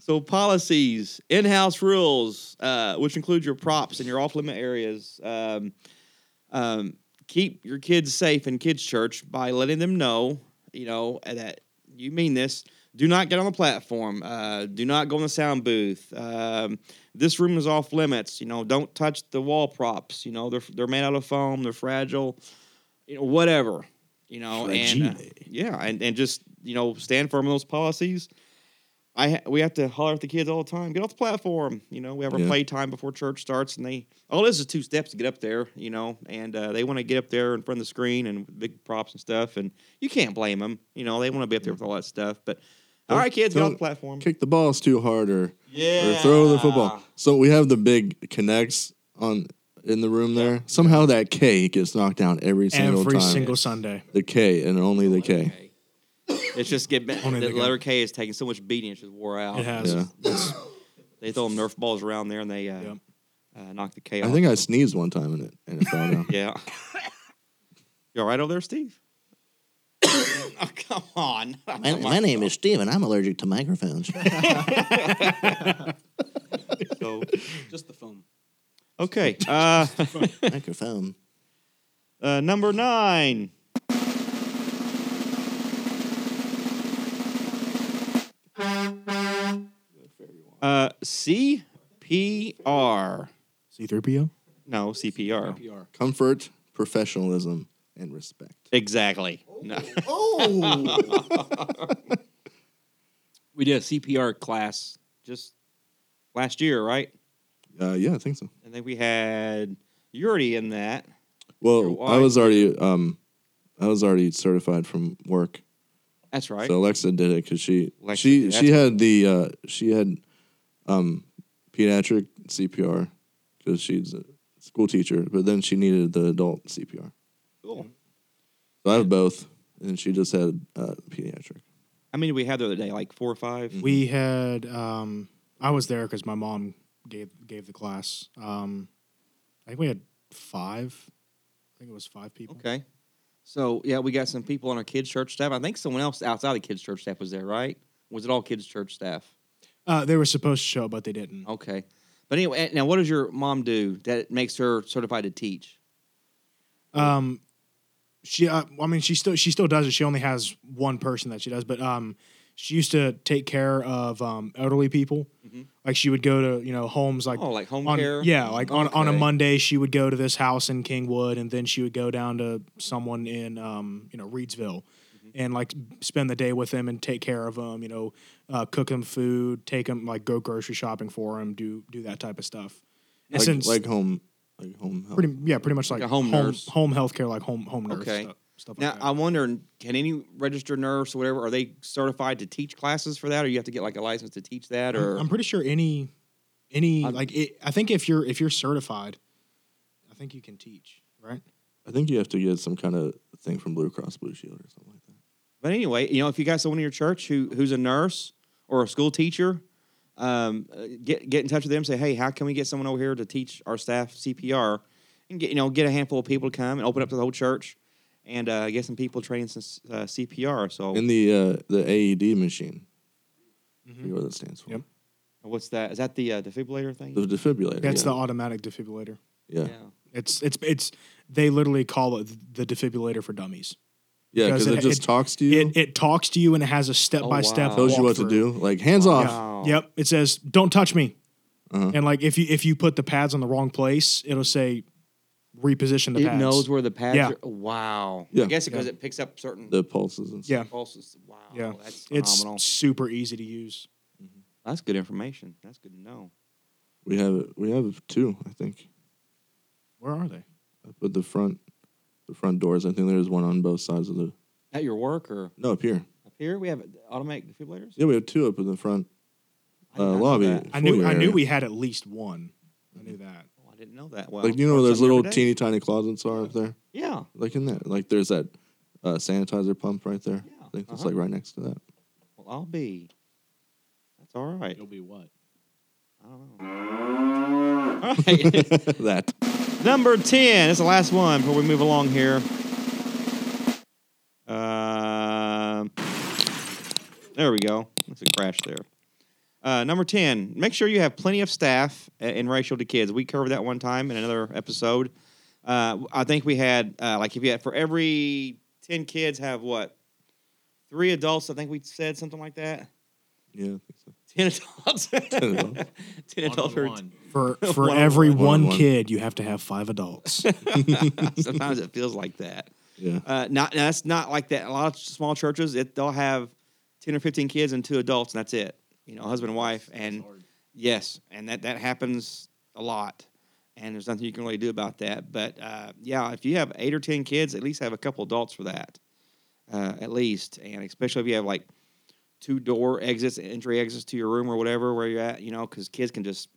So policies, in-house rules, uh, which include your props and your off-limit areas. Um, um, keep your kids safe in kids' church by letting them know, you know, that you mean this. Do not get on the platform. Uh, do not go in the sound booth. Um, this room is off limits. You know, don't touch the wall props. You know, they're they're made out of foam. They're fragile. You know, whatever. You know, and uh, Fragile. yeah, and, and just you know, stand firm on those policies. I ha- we have to holler at the kids all the time. Get off the platform. You know, we have our Yeah. play time before church starts, and they all this is two steps to get up there. You know, and uh, they want to get up there in front of the screen and big props and stuff. And you can't blame them. You know, they want to be up there with all that stuff. But all Don't- right, kids, get off don't the platform. Kick the balls too hard or, Yeah, or throw the football. So we have the big connects on in the room there. Somehow that K gets knocked down every single Every time. single Sunday. the K and only the K. It's just get back. Only The they got- letter K is taking so much beating; it's just wore out. It has. Yeah. They throw them Nerf balls around there, and they uh, Yep. uh, knock the K. I off. think I sneezed one time in it and it [LAUGHS] fell down. Yeah. [LAUGHS] You all right over there, [LAUGHS] Steve? oh, come on. My, my name is Steve and I'm allergic to [LAUGHS] microphones. So, Just the foam. okay. Uh, Microphone. uh, number nine. Uh, CPR. C3PO? No, CPR. PR. Comfort, professionalism, and respect. Exactly. No. Oh, [LAUGHS] We did a CPR class just last year, right? uh, yeah, I think so. And then we had you're already in that. Well, Your I was already um, I was already certified from work, That's right. so Alexa did it because she Lexa she did- she had the uh, she had um, pediatric CPR because she's a school teacher, but then she needed the adult CPR. cool. So I have both, and she just had uh, pediatric. How many did we have the other day? Like four or five? We had, um, I was there because my mom gave gave the class. Um, I think we had five. I think it was five people. Okay. So yeah, we got some people on our kids' church staff. I think someone else outside the kids' church staff was there, right? Was it all kids' church staff? Uh, they were supposed to show, but they didn't. Okay. But anyway, eh, now what does your mom do that makes her certified to teach? Um, she, uh, I mean, she still she still does it. She only has one person that she does, but um, she used to take care of um elderly people. Like she would go to you know homes like Oh, like home on, care? Yeah, like on, on a Okay. Monday she would go to this house in Kingwood, and then she would go down to someone in um you know Reedsville. Mm-hmm. And like spend the day with them and take care of them, you know, uh, cook them food, take them like go grocery shopping for them, do do that type of stuff. And Like, since- like home, like home. Health. pretty yeah, pretty much like, a home home nurse. home healthcare, like home home nurse Okay. stuff, stuff Now like I that. wonder, can any registered nurse or whatever are they certified to teach classes for that, or you have to get like a license to teach that, I'm- or I'm pretty sure any any I'm- like it, I think if you're if you're certified, I think you can teach, right? I think you have to get some kind of thing from Blue Cross Blue Shield or something like that. But anyway, you know, if you got someone in your church who who's a nurse or a school teacher, um, uh, get get in touch with them. Say, hey, how can we get someone over here to teach our staff CPR? And get you know, get a handful of people to come and open up to the whole church, and uh, get some people trained since uh, CPR. So And the uh, the AED machine. I forget what that stands for. Mm-hmm. Yep. what's that? Is that the uh, defibrillator thing? The Uh, defibrillator. That's yeah. the automatic defibrillator. yeah. yeah. It's it's it's they literally call it the defibrillator for dummies. Yeah, Because because it, it- just it- talks to you, It it talks to you and it has a step by step wow. Oh, tells you what to do. Like hands off. Wow. Yep, it says don't touch me. Uh-huh. And like if you if you put the pads on the wrong place, it'll say reposition the It pads. knows where the pads Yeah. are. Wow. Yeah. I guess because Yeah. it picks up certain The pulses and yeah. stuff. pulses. Wow. Yeah. That's It's phenomenal. super easy to use. That's good information. That's good to know. We have it. We have two, I think. Where are they? But the front, the front doors. I think there's one on both sides of the. At your work or No, up here. Up here, we have automatic defibrillators. Yeah, we have two up in the front I did uh, not know lobby. that. I knew foyer I area. knew we had at least one. I knew that. Oh, I didn't know that. Well, Like you know where learn those something little every day. teeny tiny closets are up there. Yeah. Like in that. Like there's that uh, sanitizer pump right there. Yeah, I think it's uh-huh. like right next to that. Well, I'll be. That's all right. You'll be what? I don't know. [LAUGHS] All right. that. [LAUGHS] Number ten. It's the last one before we move along here. Um, there we go. That's a crash there. Uh, number 10, make sure you have plenty of staff a- in racial to kids. We covered that one time in another episode. Uh, I think we had, uh, like, if you had for every 10 kids, have what? Three adults, I think we said something like that. [LAUGHS] Yeah. I think so. 10 adults. [LAUGHS] 10 adults. adults. One or- on one. For for One-on-one. every one, One-on-one. kid, you have to have [LAUGHS] five adults. [LAUGHS] Sometimes it feels like that. Yeah. Uh, not now, that's not like that. A lot of small churches, it, they'll have ten or fifteen kids and two adults, and that's it. You know, husband and wife, and yes, and that that happens a lot. And there's nothing you can really do about that. But uh, yeah, if you have eight or ten kids, at least have a couple adults for that, uh, at least. And especially if you have like two door exits, entry exits to your room or whatever where you're at, you know, because kids can just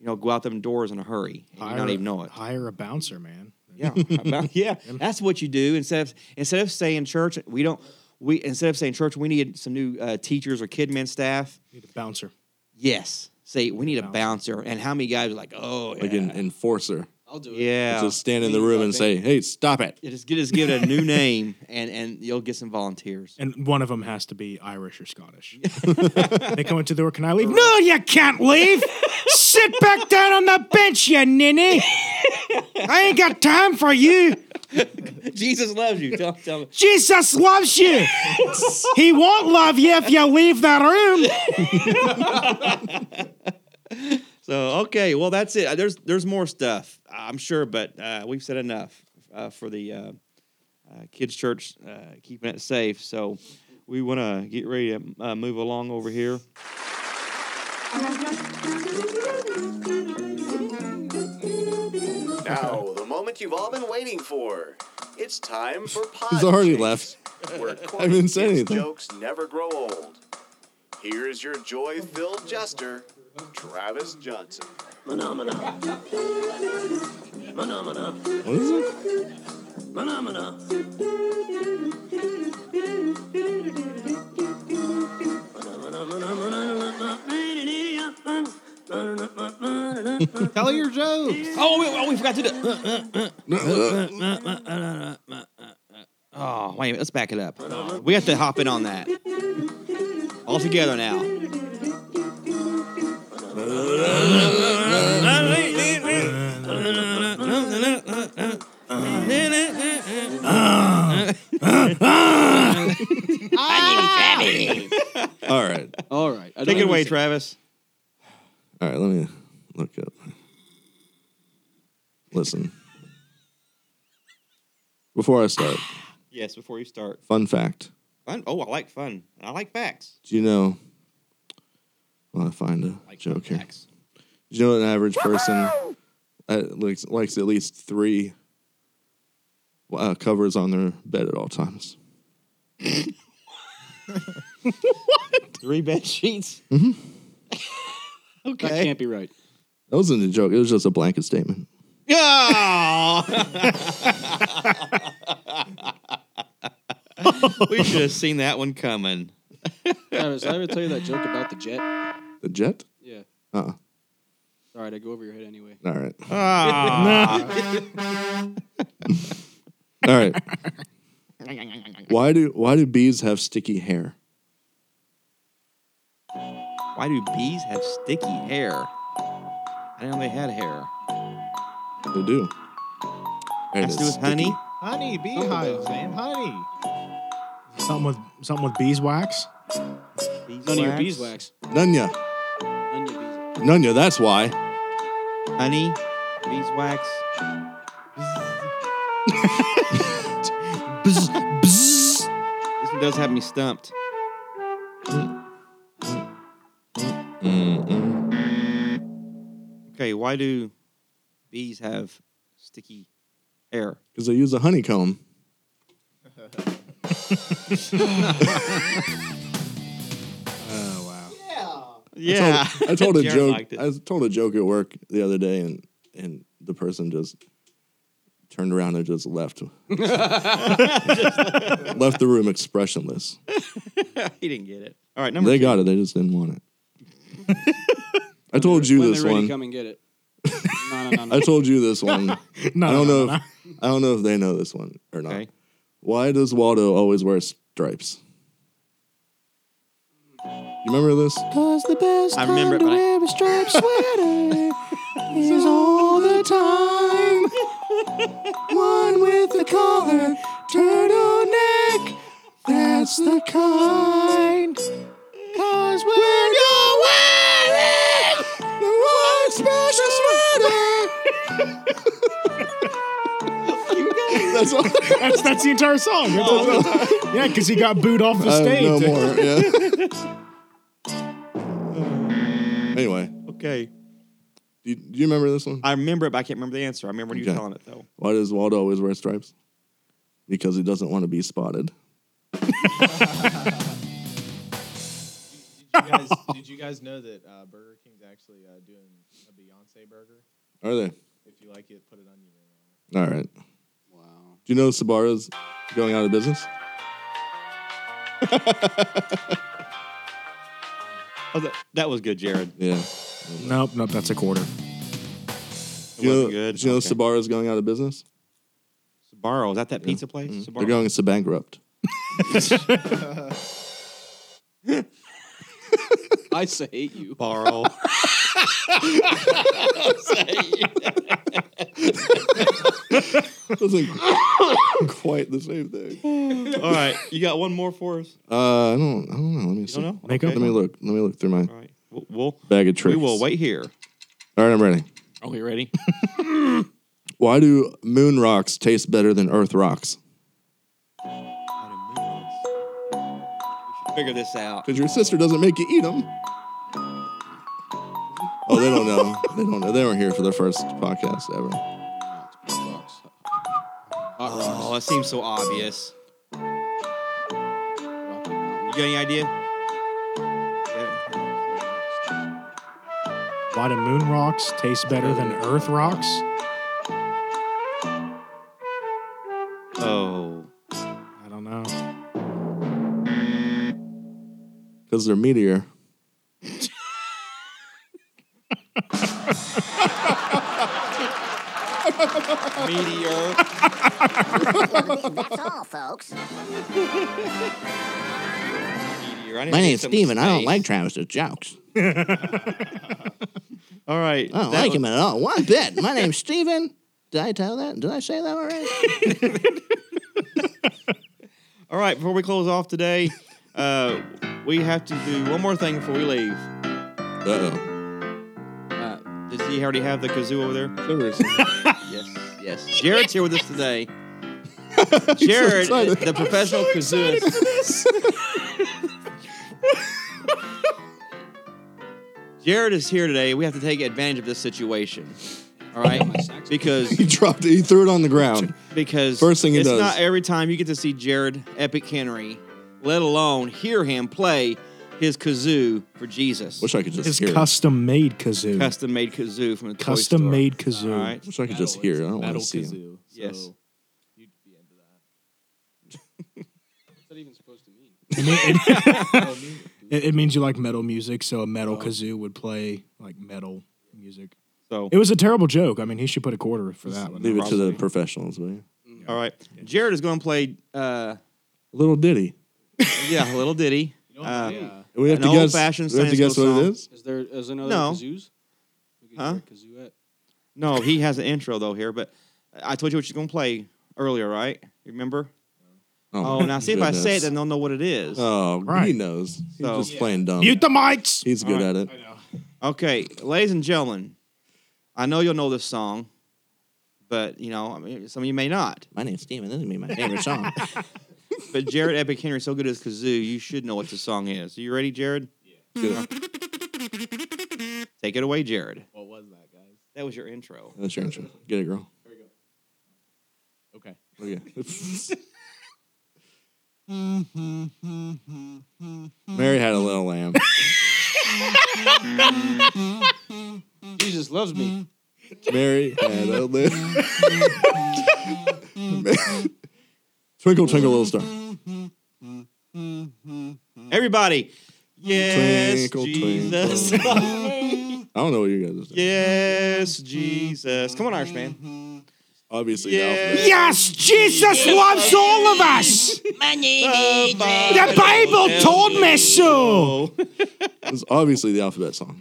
you know go out them doors in a hurry and you Hire- not even know it. Hire a bouncer, man. [LAUGHS] Yeah, about, [LAUGHS] yeah. That's what you do instead of instead of saying church. We don't. We instead of saying church, we need some new uh, teachers or kid men staff. Need a bouncer. Yes, say we need a bouncer. And how many guys are like, oh, Like yeah, an enforcer. I'll do it. yeah. Just Just, stand in the Please, room I and say, think- hey, stop it. just get just give it a new name, and and you'll get some [LAUGHS] volunteers. And one of them has to be Irish or Scottish. they come into the door. Can I leave? no, you can't leave. Sit back down on the bench, you ninny. I ain't got time for you. Jesus loves you. Tell, tell me. Jesus loves you. he won't love you if you leave the room. So okay, well that's it. There's there's more stuff I'm sure, but uh, we've said enough uh, for the uh, uh, kids church uh, keeping it safe. So we want to get ready to uh, move along over here. [LAUGHS] Now, the moment you've all been waiting for. It's time for Pod [LAUGHS] He's already Chase, left. Where [LAUGHS] I haven't said kids' anything. jokes never grow old. Here's your joy-filled jester, Travis Johnson. What is it? Tell your jokes. Oh, we, oh, we forgot to do. Oh, wait a minute. Let's back it up. We have to hop in on that. All together now. Ah! All right. All right. I Take don't it away, understand. Travis. All right, let me look up. Listen. Before I start, Yes, before you start. fun fact. Fun. Oh, I like fun. I like facts. Do you know? Well, I find a Like joke here. facts. Do you know an average person uh, likes, likes at least three uh, covers on their bed at all times? Three bed sheets. That can't be right. That wasn't a joke. It was just a blanket statement. [LAUGHS] we should have seen that one coming. Travis, did I ever tell you that joke about the jet? The jet? Yeah. Uh-uh. Sorry, I go over your head anyway. All right. [LAUGHS] Ah. All right. why do why do bees have sticky hair? Why do bees have sticky hair? I didn't know they had hair. They do. There it Has to do is. with honey. Honey, beehives, man. Honey. Something with something with beeswax. None of your beeswax. Nunya. None of your beeswax. Nunya, that's why. honey, beeswax. Bzz, bzz. This one does have me stumped. Okay, why do bees have sticky hair? Because they use a honeycomb. [LAUGHS] Yeah, I told a Jared joke. liked it. I told a joke at work the other day, and and the person just turned around and [LAUGHS] just left. left the room expressionless. he didn't get it. All right, number They two. got it. They just didn't want it. [LAUGHS] I told you when this they're ready, one. come and get it. No, no, no, [LAUGHS] no. I told you this one. No, I no, don't no, know. If, I don't know if they know this one or not. Okay. Why does Waldo always wear stripes? You remember this? Cause the best I remember it, time but to I- wear a striped sweater [LAUGHS] is all the time. One with the collar, turtleneck, that's the kind. Cause when you're wearing the one special sweater, That's all. That's that's the entire song. yeah, because he got booed off the I have stage. no more. Yeah. [LAUGHS] anyway, Okay. do, do you remember this one? I remember it, but I can't remember the answer. I remember you Okay. telling it though. Why does Waldo always wear stripes? Because he doesn't want to be spotted. Did you guys, did you guys know that uh, Burger King's actually uh, doing a Beyonce burger? Are they? If you like it, put an onion ring on uh, it. All right. Do Wow. you know Sabara's going out of business? Oh, that, that was good, Jared. Yeah. Nope, nope, that's a quarter. It Do you know, wasn't good. Do you know Okay. Sabara's going out of business? Sbarro, is that that pizza place? Mhm. Sbarro? They're going to [LAUGHS] bankrupt. I say hate you. Sbarro. [LAUGHS] Doesn't quite the same thing. All right, you got one more for us. Uh, I don't. I don't know. Let me see. You don't know? Make okay. Let me look. Let me look through my All right, we'll, we'll bag of we tricks. will wait here. All right, I'm ready. Are we ready? Why do moon rocks taste better than earth rocks? Figure this out. Because your sister doesn't make you eat them. Oh, they don't know. they don't know. They weren't here for their first podcast ever. Oh, that seems so obvious. You got any idea? Yeah. Why do moon rocks taste better than earth rocks? Oh, I don't know. Because they're meteor. meteor. That's all, folks. meteor. I need to get some space. Travis's jokes. All right. I don't that like was- him at all. One bit. My name's Steven. Did I tell that? Did I say that already? All right, before we close off today, uh, we have to do one more thing before we leave. Uh Uh, does he already have the kazoo over there? oh. [LAUGHS] Yes, yes. Jared's here with us [LAUGHS] today. Jared, excited. the professional kazooist. [LAUGHS] Jared is here today. We have to take advantage of this situation. All right, because [LAUGHS] He dropped it. He threw it on the ground. because First thing he it's does. not every time you get to see Jared Epic Henry, let alone hear him play his kazoo for Jesus. Wish I could just His hear. it. custom made kazoo. custom made kazoo from the toy Custom store. made kazoo. All right. Wish I could just hear. it. I don't want to see him. Kazoo, Yes. So you'd be into that. [LAUGHS] What's that even supposed to mean? [LAUGHS] Oh, me- It, it means you like metal music, so a Oh. metal kazoo would play like metal music. So It was a terrible joke. I mean, he should put a quarter for that one. Leave it to the Probably. professionals, will you? all right, Jared is going to play. Uh, Little ditty. yeah, a little ditty. you don't Uh, have to- yeah. We have An to guess. old-fashioned we have to Sansko guess what song. it is. Is there is another No. kazoos? We could Huh? hear a kazoo at. No, he has an intro though here, but I told you what you're going to play earlier, right? You Remember? Oh, my now see if I say it, goodness. then they'll know what it is. Oh, he Right. knows. He's So- just playing dumb. Mute the mics. He's good at it. Okay, ladies and gentlemen, I know you'll know this song, but you know, I mean, some of you may not. My name's Steven. This is gonna be my favorite [LAUGHS] song. But Jared Epic Henry is so good as kazoo, you should know what the song is. Are you ready, Jared? Good. Take it away, Jared. What was that, guys? That was your intro. That's your intro. Get it, girl. Okay. Okay. Mary had a little lamb. Jesus loves me. Mary had a little. [LAUGHS] twinkle, twinkle, little star. Everybody. Yes, Twinkle, Jesus. I don't know what you guys are saying. yes, Jesus. Come on, Irishman. Obviously, the alphabet. Yes, Jesus loves all of us. [LAUGHS] My name Oh, is Ray. The Bible told me so. Oh. It was obviously the alphabet song.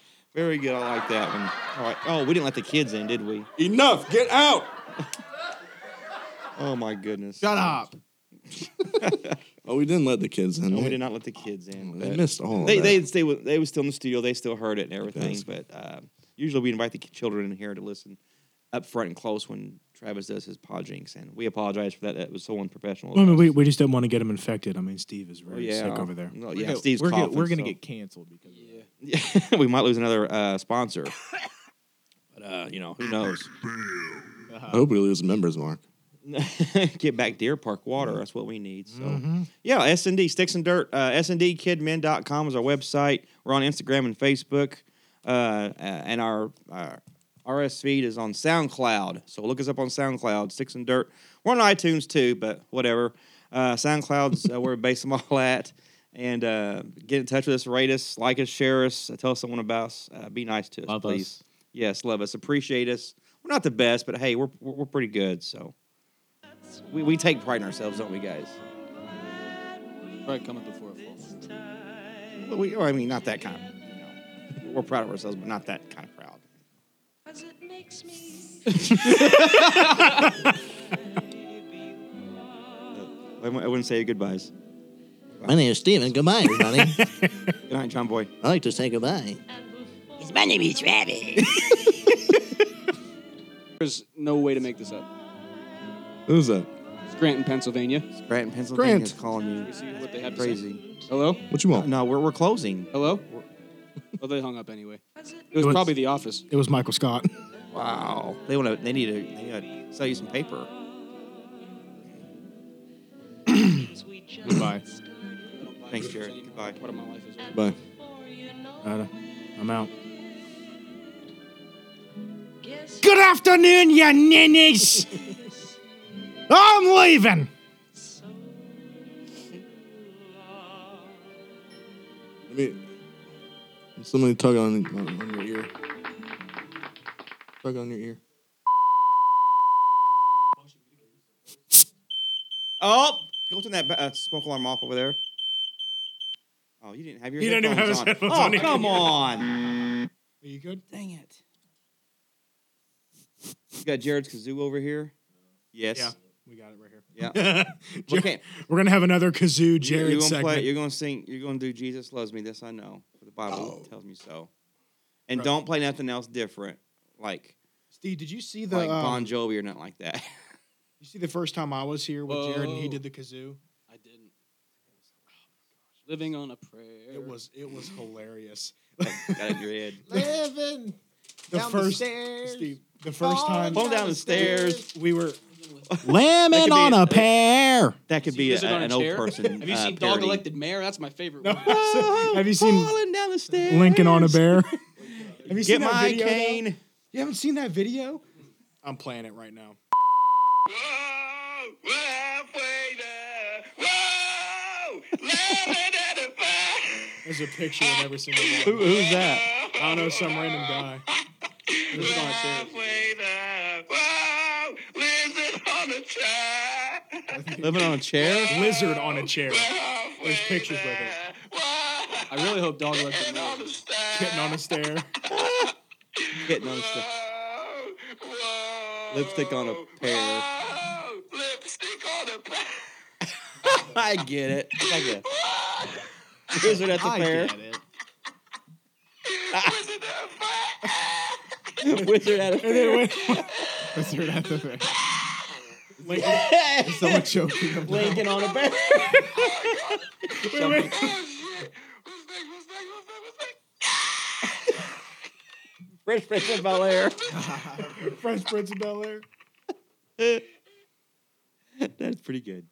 [LAUGHS] Very good. I like that one. All right. Oh, we didn't let the kids in, did we? Enough! Get out! Oh my goodness. Shut up. Oh, we didn't let the kids in. No, we They- did not let the kids in. They but- missed all. They of they that. they were, they were still in the studio. They still heard it and everything. Yes. But uh, usually we invite the ki- children in here to listen up front and close when Travis does his pod jinx, and we apologize for that. That was so unprofessional. Well, I mean, we, we just didn't want to get him infected. I mean, Steve is Well, really sick over there. No, We're Oh, yeah, gonna- Steve's we're, coughing. gonna, we're gonna so- get canceled because of that. [LAUGHS] we might lose another uh, sponsor. But uh, you know, who knows? I hope we lose members, Mark. [LAUGHS] Get back Deer Park water. Mm-hmm. That's what we need. So yeah, S and D sticks and dirt. Uh, S and D kidmen.com is our website. We're on Instagram and Facebook, uh, uh, and our, our RS feed is on SoundCloud. So look us up on SoundCloud. Sticks and dirt. We're on iTunes too, but whatever. Uh, SoundCloud's uh, where we base them all at. And uh, get in touch with us, rate us, like us, share us, uh, tell someone about us. Uh, be nice to us, Love us. please. Yes, love us, appreciate us. We're not the best, but hey, we're we're, we're pretty good. So we, we take pride in ourselves, don't we, guys? Probably coming before it falls. Well, we, or, I mean, not that kind of. You know, we're proud of ourselves, but not that kind of proud. I wou- I wouldn't say goodbyes. My name is Steven. Goodbye, everybody. [LAUGHS] I'd Good night, John Boy. like to say goodbye. Because my name is Travis. There's no way to make this up. Who's that? Scranton, Pennsylvania. Grant in Pennsylvania Grant. is calling you. We see what they have to say. Crazy. Hello? What you want? No, we're, we're closing. Hello? Well, they hung up anyway. It was What's- probably the office. It was Michael Scott. [LAUGHS] Wow. They want to. They need to. They need to sell you some paper. Goodbye. Thanks, Jared. Goodbye. Part of my life is Bye. Uh, I'm out. Good afternoon, you [LAUGHS] ninnies. I'm leaving. I mean, somebody tug on, on, on your ear. Tug on your ear. Oh, go turn that ba- uh, smoke alarm off over there. Oh, you didn't have your. He headphones didn't even have his on. headphones oh, on. He come [LAUGHS] couldn't on! Are you good? Dang it! You got Jared's kazoo over here. Yes. Yeah, we got it right here. Yeah. [LAUGHS] Jer- Okay. We're gonna have another kazoo You're, Jared you're gonna segment. play. You're gonna sing. You're gonna do Jesus loves me. This I know. For the Bible tells me so. And Oh. Right. don't play nothing else different, like Steve, did you see the? like um, Bon Jovi or nothing like [LAUGHS] that. you see the first time I was here with Jared and he Whoa. did the kazoo. I didn't. Oh Living on a prayer. It was it was hilarious. got it in your [LAUGHS] head. Living the first Steve, the first time Fall down the stairs. we were Lemon be- on a pear. That could be a, Is it on a an old chair? person. [LAUGHS] Have you uh, seen Dog parody. [LAUGHS] Elected Mayor? That's my favorite one. [LAUGHS] Have you seen Falling down the stairs. Lincoln on a [LAUGHS] bear. Have you Get seen that my video? though? cane. You haven't seen that video? I'm playing it right now. There's a picture of every single one. [LAUGHS] Who, who's that? I don't know some random guy. This is on a Living on a chair? chair. Lizard on a chair. There's pictures with it. I really hope Dog Elected Mayor. Kitten on a stair. [LAUGHS] Getting on stuff. [LAUGHS] Lipstick on a [LAUGHS] pear. I get it. I get it. Lizard at the fair. Wizard at a fair. Wizard at the fair. Yes. Someone choking him. Lincoln on a bear. Fresh Prince of Bel Air. Fresh Prince of Bel Air. That's pretty good.